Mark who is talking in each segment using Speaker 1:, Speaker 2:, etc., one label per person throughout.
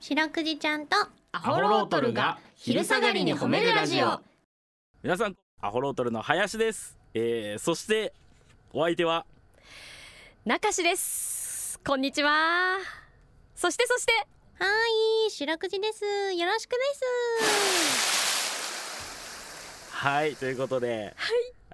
Speaker 1: 白くじちゃんとア
Speaker 2: ホロートルが昼下がりに褒めるラジオ
Speaker 3: 皆さんアホロートルの林です、えー、そしてお相手は
Speaker 4: 中志ですこんにちはそしてそして
Speaker 1: はーい白くじですよろしくです
Speaker 3: はいということで、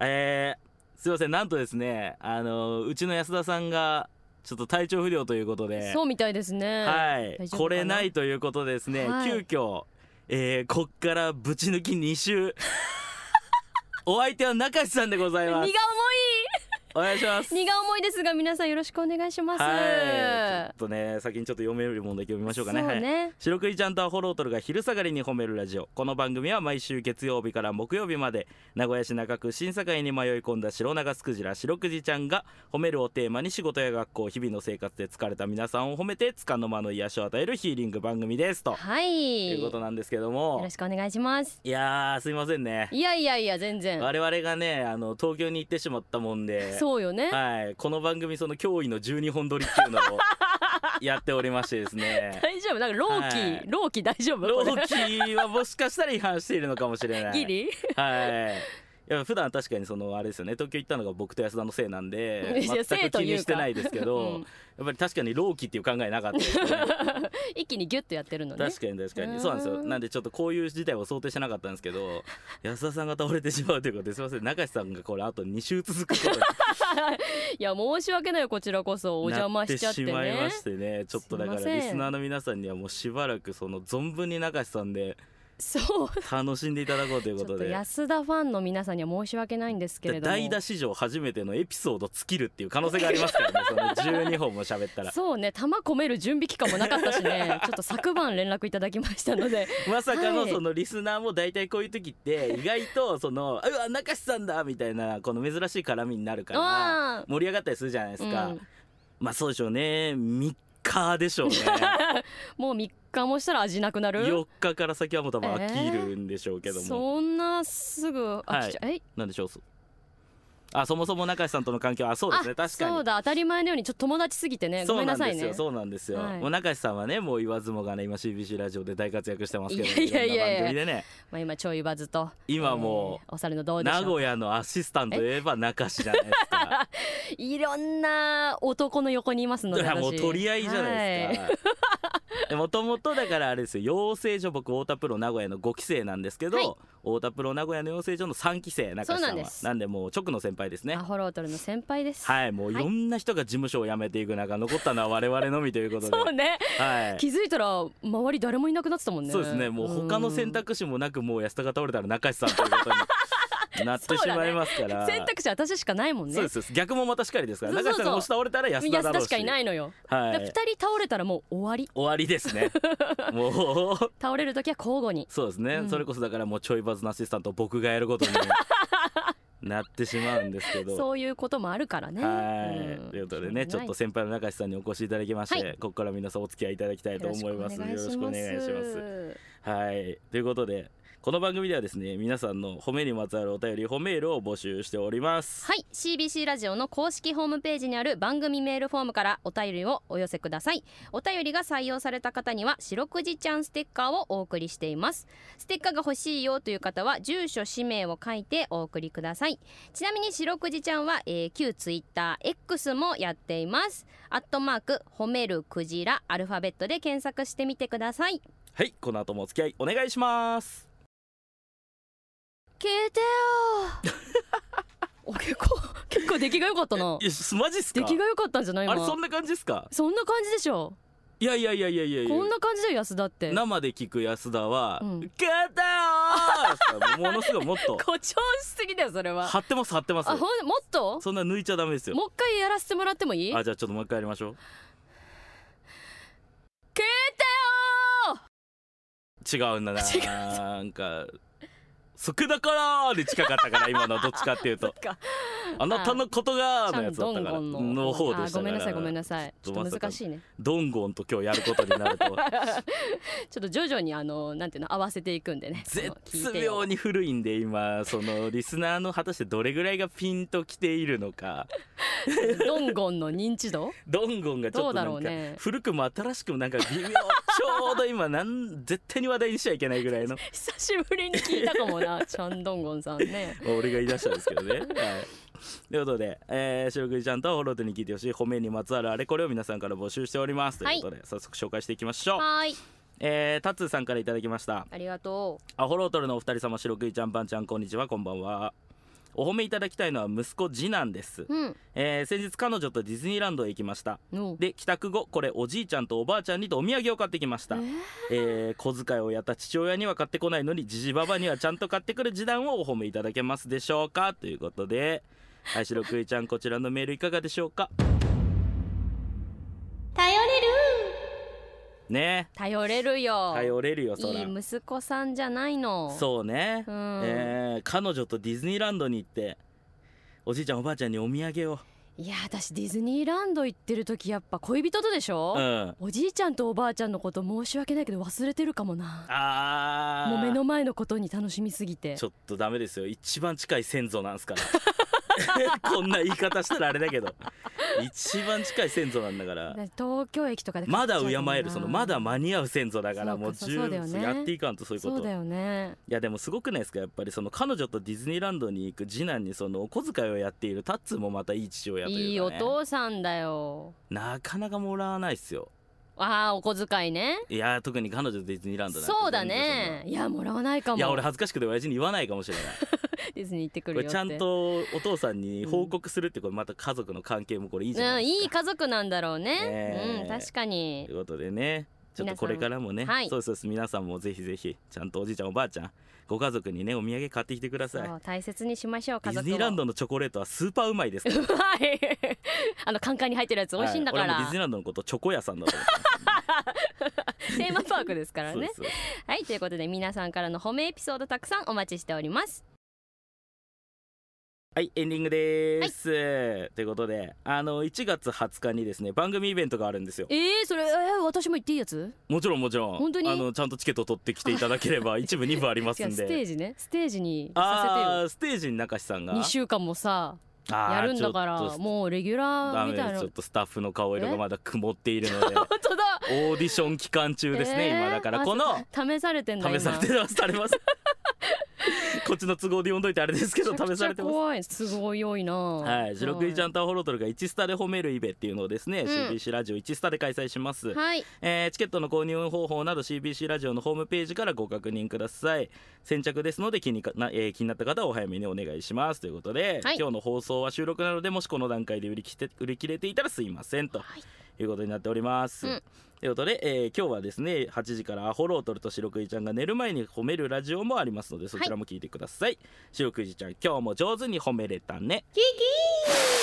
Speaker 3: えー、すいませんなんとですねあのうちの安田さんがちょっと体調不良ということで
Speaker 4: そうみたいですね
Speaker 3: はい
Speaker 4: 大丈夫かな
Speaker 3: これないということでですね、
Speaker 4: はい
Speaker 3: 急遽、えー、こっからぶち抜き2週 お相手は中志さんでござい
Speaker 4: 荷が
Speaker 3: ま
Speaker 4: 重
Speaker 3: す
Speaker 4: い
Speaker 3: お願いします
Speaker 4: 荷が重いですが皆さんよろしくお願いします
Speaker 3: はいちょっとね先にちょっと読めるもんだけ読みましょうかね
Speaker 4: そう
Speaker 3: はい
Speaker 4: ね
Speaker 3: 白クイちゃんとアホロートルが昼下がりに褒めるラジオこの番組は毎週月曜日から木曜日まで名古屋市中区新堺に迷い込んだ白長スクジラ白クジちゃんが褒めるをテーマに仕事や学校日々の生活で疲れた皆さんを褒めてつかの間の癒しを与えるヒーリング番組ですと
Speaker 4: はい
Speaker 3: いうことなんですけど
Speaker 4: よ
Speaker 3: も
Speaker 4: ろしくお願いします
Speaker 3: いやーすいませんね
Speaker 4: いやいやいや全然
Speaker 3: 我々がねあの東京に行ってしまったもんで
Speaker 4: そうよね
Speaker 3: はい、この番組その脅威の12本撮りっていうのをやっておりましてです ね
Speaker 4: 大丈夫なんかローキー、
Speaker 3: はい
Speaker 4: ローキー大丈夫
Speaker 3: ロ
Speaker 4: これ
Speaker 3: ーキーはもしかしたら違反しているのかもしれない
Speaker 4: ギリ
Speaker 3: はいいや普段確かにそのあれですよね東京行ったのが僕と安田のせいなんで
Speaker 4: いや
Speaker 3: 全
Speaker 4: せい
Speaker 3: く
Speaker 4: と
Speaker 3: 気
Speaker 4: いうか
Speaker 3: にしてないですけど、
Speaker 4: うん
Speaker 3: やっぱり確かにローキーっていう考えなかった ですね
Speaker 4: 一気にギュッとやってるのね
Speaker 3: 確かに確か
Speaker 4: う
Speaker 3: に
Speaker 4: ん
Speaker 3: そうなんですよなんでちょっとこういう事態を想定してなかったんですけど安田さんが倒れてしまうということですいません中志さんがこれあと2週続くことに
Speaker 4: いや申し訳ないよこちらこそ お邪魔しちゃってね
Speaker 3: なってしまいましてねちょっとだから
Speaker 4: すいません
Speaker 3: リスナーの皆さんにはもうしばらくその存分に中志さんで
Speaker 4: そう
Speaker 3: 楽しんでいただこうという
Speaker 4: ち
Speaker 3: こ
Speaker 4: ょ
Speaker 3: と
Speaker 4: っと
Speaker 3: で
Speaker 4: 安田ファンの皆さんには申し訳ないんですけれども
Speaker 3: 代打史上初めてのエピソード尽きるっていう可能性がありますからねその12本も喋ったら
Speaker 4: そうね玉込める準備期間もなかった しねちょっと昨晩連絡いただきましたので
Speaker 3: まさかの
Speaker 4: はい
Speaker 3: そのリスナーも大体こういう時って意外とその「うわ中志さんだ!」みたいなこの珍しい絡みになるから
Speaker 4: あ
Speaker 3: 盛り上がったりするじゃないですか、
Speaker 4: うん
Speaker 3: まあそうでしょうね3日でし ょうね
Speaker 4: もう3日もしたら味なくなる
Speaker 3: 4日から先はもう多分飽きるんでしょうけども、
Speaker 4: そんなすぐ飽きちゃう、え
Speaker 3: なんでしょうそあそもそも中井さんとの関係はあそうですね
Speaker 4: あ
Speaker 3: 確かに
Speaker 4: そうだ当たり前のようにちょっと友達すぎてねご
Speaker 3: そ
Speaker 4: め
Speaker 3: うんな
Speaker 4: なんさ
Speaker 3: で
Speaker 4: い
Speaker 3: すよ、
Speaker 4: ね
Speaker 3: そうなんですよ、
Speaker 4: はい
Speaker 3: もう中井さんはねもう言わずもがね今 CBC ラジオで大活躍してますけど
Speaker 4: いやいやいやい
Speaker 3: ろ
Speaker 4: や
Speaker 3: んな番組でね
Speaker 4: まあ、今ちょいバズと
Speaker 3: 今も
Speaker 4: えーお猿のどう
Speaker 3: う
Speaker 4: でし
Speaker 3: 名
Speaker 4: ょう
Speaker 3: 古屋のアシスタントといえば中志じゃないですか
Speaker 4: いろんな男の横に いますの
Speaker 3: い
Speaker 4: で
Speaker 3: や
Speaker 4: 私
Speaker 3: もう取り合いじゃないです かもともとだからあれですよ養成所僕太田プロ名古屋の5期生なんですけど、
Speaker 4: はい
Speaker 3: 太田プロ名古屋の養成所の3期生中志さ
Speaker 4: そうんな
Speaker 3: は
Speaker 4: んです
Speaker 3: なんでもう直の先輩ですね
Speaker 4: はいアホロートルの先輩です、
Speaker 3: はい、もうい
Speaker 4: はい
Speaker 3: ろんな人が事務所を辞めていく中、残ったのは我々のみということで。
Speaker 4: そうね
Speaker 3: はい。
Speaker 4: 気づいたら周り誰もいなくなってたもんね
Speaker 3: そうですね、もう他の選
Speaker 4: 択
Speaker 3: 択肢もなく、もう安田が倒れた ら中橋さんということになってしまいますから。
Speaker 4: 選択肢私しかないもんね
Speaker 3: そうですそうです逆もまたしかりですから
Speaker 4: そうそう
Speaker 3: 中
Speaker 4: そ
Speaker 3: 橋さ
Speaker 4: う
Speaker 3: んが押し倒れたら安田だろうし、
Speaker 4: しかいないいのよ、
Speaker 3: は
Speaker 4: だから
Speaker 3: い、
Speaker 4: 2人倒れたらもう終わり
Speaker 3: 終わりです ねもう
Speaker 4: 倒れる時は交互に
Speaker 3: そうですね、
Speaker 4: うん
Speaker 3: それこそだからもうちょいバズのアシスタントを僕がやる ことになってしまうんですけど
Speaker 4: そういうこともあるからね
Speaker 3: はい、
Speaker 4: うん
Speaker 3: ということでね
Speaker 4: し
Speaker 3: ち
Speaker 4: ょ
Speaker 3: ょっ
Speaker 4: うがない
Speaker 3: と先輩の中志さんにお越しいただきまして、
Speaker 4: は
Speaker 3: ここから皆さんお付き合いいただきたいと思いますよろしくお願いしますはいということでこの番組ではですね皆さんの褒めにまつわるお便り褒めールを募集しております
Speaker 4: はい CBC ラジオの公式ホームページにある番組メールフォームからお便りをお寄せくださいお便りが採用された方には白くじちゃんステッカーをお送りしていますステッカーが欲しいよという方は住所氏名を書いてお送りくださいちなみに白くじちゃんは、えー、旧 TwitterX もやっていますアットマーク褒めるクジラアルファベットで検索してみてください
Speaker 3: はいこの後もお付き合いお願いします
Speaker 4: 聞いてよ お結構結構出来が良かったない
Speaker 3: やすマジっす
Speaker 4: 出
Speaker 3: か
Speaker 4: 来が良かったんじゃない今
Speaker 3: あれそんな感じっすか
Speaker 4: そんな感じでしょ
Speaker 3: いやいやいやいやいやいや
Speaker 4: こんな感じだよ安田って
Speaker 3: 生で聞く安田は
Speaker 4: うん
Speaker 3: 「受けたよー!」ものすごいもっと
Speaker 4: 誇張しすぎだよそれは
Speaker 3: 張ってます張ってます
Speaker 4: あほんもっと
Speaker 3: そんな抜いちゃダメですよ
Speaker 4: もう一回やらせてもらってもいい聞い
Speaker 3: あじゃあちょっともう一回やりましょう
Speaker 4: てよ
Speaker 3: 違うんだ ななんか「そくだから」で近かったから今のどっちかっていうと
Speaker 4: そっか
Speaker 3: 「あなたのことが」
Speaker 4: ちゃ
Speaker 3: のや
Speaker 4: ん
Speaker 3: つだ
Speaker 4: ど
Speaker 3: っ
Speaker 4: ん
Speaker 3: たから
Speaker 4: ごんの
Speaker 3: の方でしたから
Speaker 4: あごめんなさいごめ
Speaker 3: さい
Speaker 4: んなさいち
Speaker 3: ちょっ
Speaker 4: ょ
Speaker 3: と
Speaker 4: っ
Speaker 3: ま
Speaker 4: と
Speaker 3: さか
Speaker 4: 難しいね
Speaker 3: ドンゴンと今日やることになる と
Speaker 4: ちょっと徐々にあのなんていうの合わせていくんでねその聞
Speaker 3: 絶
Speaker 4: いてよ
Speaker 3: 妙に古いんで今そのリスナーの果たしてどれぐらいがピンときているのか
Speaker 4: どんごんの認知度
Speaker 3: ドンゴンがちょっとな
Speaker 4: ど
Speaker 3: ん
Speaker 4: う
Speaker 3: か
Speaker 4: だろうね
Speaker 3: 古くも新しくもなんか微妙ょうど今なん絶対に話題にしちゃいけないぐらいの
Speaker 4: 久しぶりに聞いたかもなチャンドンゴンさんね
Speaker 3: まあ俺が言い出したんですけどね。はいということで、えー、白くじちゃんとはホロートに聞いてほしい褒めにまつわるあれこれを皆さんから募集しておりますと
Speaker 4: はいいう
Speaker 3: ことで、早速紹介していきましょう、
Speaker 4: はーい
Speaker 3: えー、タッツーさんからいただきました
Speaker 4: ありがとう
Speaker 3: アホロートルのお二人様白くじちゃんパンちゃんこんにちはこんばんはお褒めいただきたいのは息子次男です、
Speaker 4: うん
Speaker 3: えー、先日彼女とディズニーランドへ行きました
Speaker 4: の
Speaker 3: で帰宅後これおじいちゃんとおばあちゃんにとお土産を買ってきました、えー小遣いをやった父親には買ってこないのにじじばばにはちゃんと買ってくる次男をお褒めいただけますでしょうかということではいしろくいちゃんこちらのメールいかがでしょうか
Speaker 1: 頼れる
Speaker 3: ね
Speaker 4: 頼れるよ
Speaker 3: 頼れるよそら
Speaker 4: いい息子さんじゃないの
Speaker 3: そうね、
Speaker 4: うん
Speaker 3: えー彼女とディズニーランドに行っておじいちゃんおばあちゃんにお土産を
Speaker 4: いや私ディズニーランド行ってる時やっぱ恋人とでしょ、
Speaker 3: うん
Speaker 4: おじいちゃんとおばあちゃんのこと申し訳ないけど忘れてるかもな
Speaker 3: あー
Speaker 4: もう目の前のことに楽しみすぎて
Speaker 3: ちょっとダメですよ一番近い先祖なんすから こんな言い方したらあれだけど一番近い先祖なんだから
Speaker 4: 東京駅とかで買
Speaker 3: ま
Speaker 4: っちゃ
Speaker 3: だ
Speaker 4: うもん
Speaker 3: 敬
Speaker 4: な
Speaker 3: えるそのまだ間に合う先祖だから
Speaker 4: そうか
Speaker 3: もう
Speaker 4: そう
Speaker 3: 十
Speaker 4: そうだよね
Speaker 3: やっていかんとそういうこ
Speaker 4: そう
Speaker 3: と
Speaker 4: だよね
Speaker 3: いやでもすごくないですかやっぱりその彼女とディズニーランドに行く次男にそのお小遣いをやっているタッツーもまたいい父親というか、ね、
Speaker 4: いいお父さんだよ
Speaker 3: なかなかもらわないっすよ
Speaker 4: あーお小遣いね
Speaker 3: いや特に彼女とディズニーランドなんて
Speaker 4: そうだ
Speaker 3: 全
Speaker 4: ね
Speaker 3: 然
Speaker 4: いやもらわないか
Speaker 3: そんないや
Speaker 4: も
Speaker 3: 俺恥ずかしくて親父に言わないかもしれない
Speaker 4: ディズニー行ってく
Speaker 3: こ
Speaker 4: る
Speaker 3: れ
Speaker 4: よって
Speaker 3: ちゃんとお父さんに報告するってこれまた家族の関係もこれいいじゃ
Speaker 4: う、
Speaker 3: なんいですか、
Speaker 4: いい家族なんだろうね、
Speaker 3: ねえ
Speaker 4: うん確かに
Speaker 3: ということでねちょっとこれからもね、
Speaker 4: 皆さんはい
Speaker 3: そうですそうです皆さんもぜひぜひちゃんとおじいちゃんおばあちゃんご家族にねお土産買ってきてくだ
Speaker 4: そ
Speaker 3: さいう
Speaker 4: 大切にしましょう
Speaker 3: デ
Speaker 4: 家
Speaker 3: ィ
Speaker 4: 族を
Speaker 3: ズニーランドのチョコレートはスーパーうまい ですから
Speaker 4: うまい あのカンカンに入ってるやつ美味しいんだか
Speaker 3: は
Speaker 4: ら、
Speaker 3: 俺もディズニーランドのことチョコ屋さんだと思
Speaker 4: テーマパークですから
Speaker 3: って
Speaker 4: ね
Speaker 3: そうです
Speaker 4: はいということで皆さんからの褒めエピソードたくさんお待ちしております
Speaker 3: はいエンディングです、ということであの1月20日にですね番組イベントがあるんですよ
Speaker 4: えー、それ、えー、私も行っていいやつ
Speaker 3: もちろんもちろん
Speaker 4: 本当に
Speaker 3: あのちゃんとチケット取ってきていただけれ ば一部二部あります
Speaker 4: 違うんステー
Speaker 3: で
Speaker 4: ジねステージにさ
Speaker 3: あーステージに中志さん
Speaker 4: せ
Speaker 3: が
Speaker 4: てよ2週間もさ
Speaker 3: あー
Speaker 4: やるんだから
Speaker 3: ちょっと
Speaker 4: もうレギュラ
Speaker 3: ダ
Speaker 4: ー
Speaker 3: メ
Speaker 4: みたい
Speaker 3: で
Speaker 4: な
Speaker 3: すちょ
Speaker 4: 本
Speaker 3: っとスタッフの顔色がまだ曇っているので
Speaker 4: 当だ
Speaker 3: オーディション期間中ですね、
Speaker 4: えー
Speaker 3: 今だから
Speaker 4: あ
Speaker 3: この
Speaker 4: 試されてんだ今
Speaker 3: 試されてますされます こっちの都合で読んどいてあれですけど試されてます
Speaker 4: 怖いすごい良いな
Speaker 3: はい、白クイちゃ
Speaker 4: ん
Speaker 3: んとアホロトルが1スタで褒めるイベっていうのをですね、CBC ラジオ1スタで開催します、
Speaker 4: はい
Speaker 3: えーチケットの購入方法など CBC ラジオのホームページからご確認ください先着ですので気にかな、えー気になった方はお早めにお願いしますということで、
Speaker 4: はい
Speaker 3: 今日の放送は収録なのでもしこの段階で売り切って売り切れていたらすいませんと、
Speaker 4: はい
Speaker 3: い、うことになっております、
Speaker 4: うん
Speaker 3: ということで、えー今日はですね8時からアホロートルと白クイちゃんが寝る前に褒めるラジオもありますのでそちらも聞いてください、白クイちゃん今日も上手に褒めれたね
Speaker 1: キキー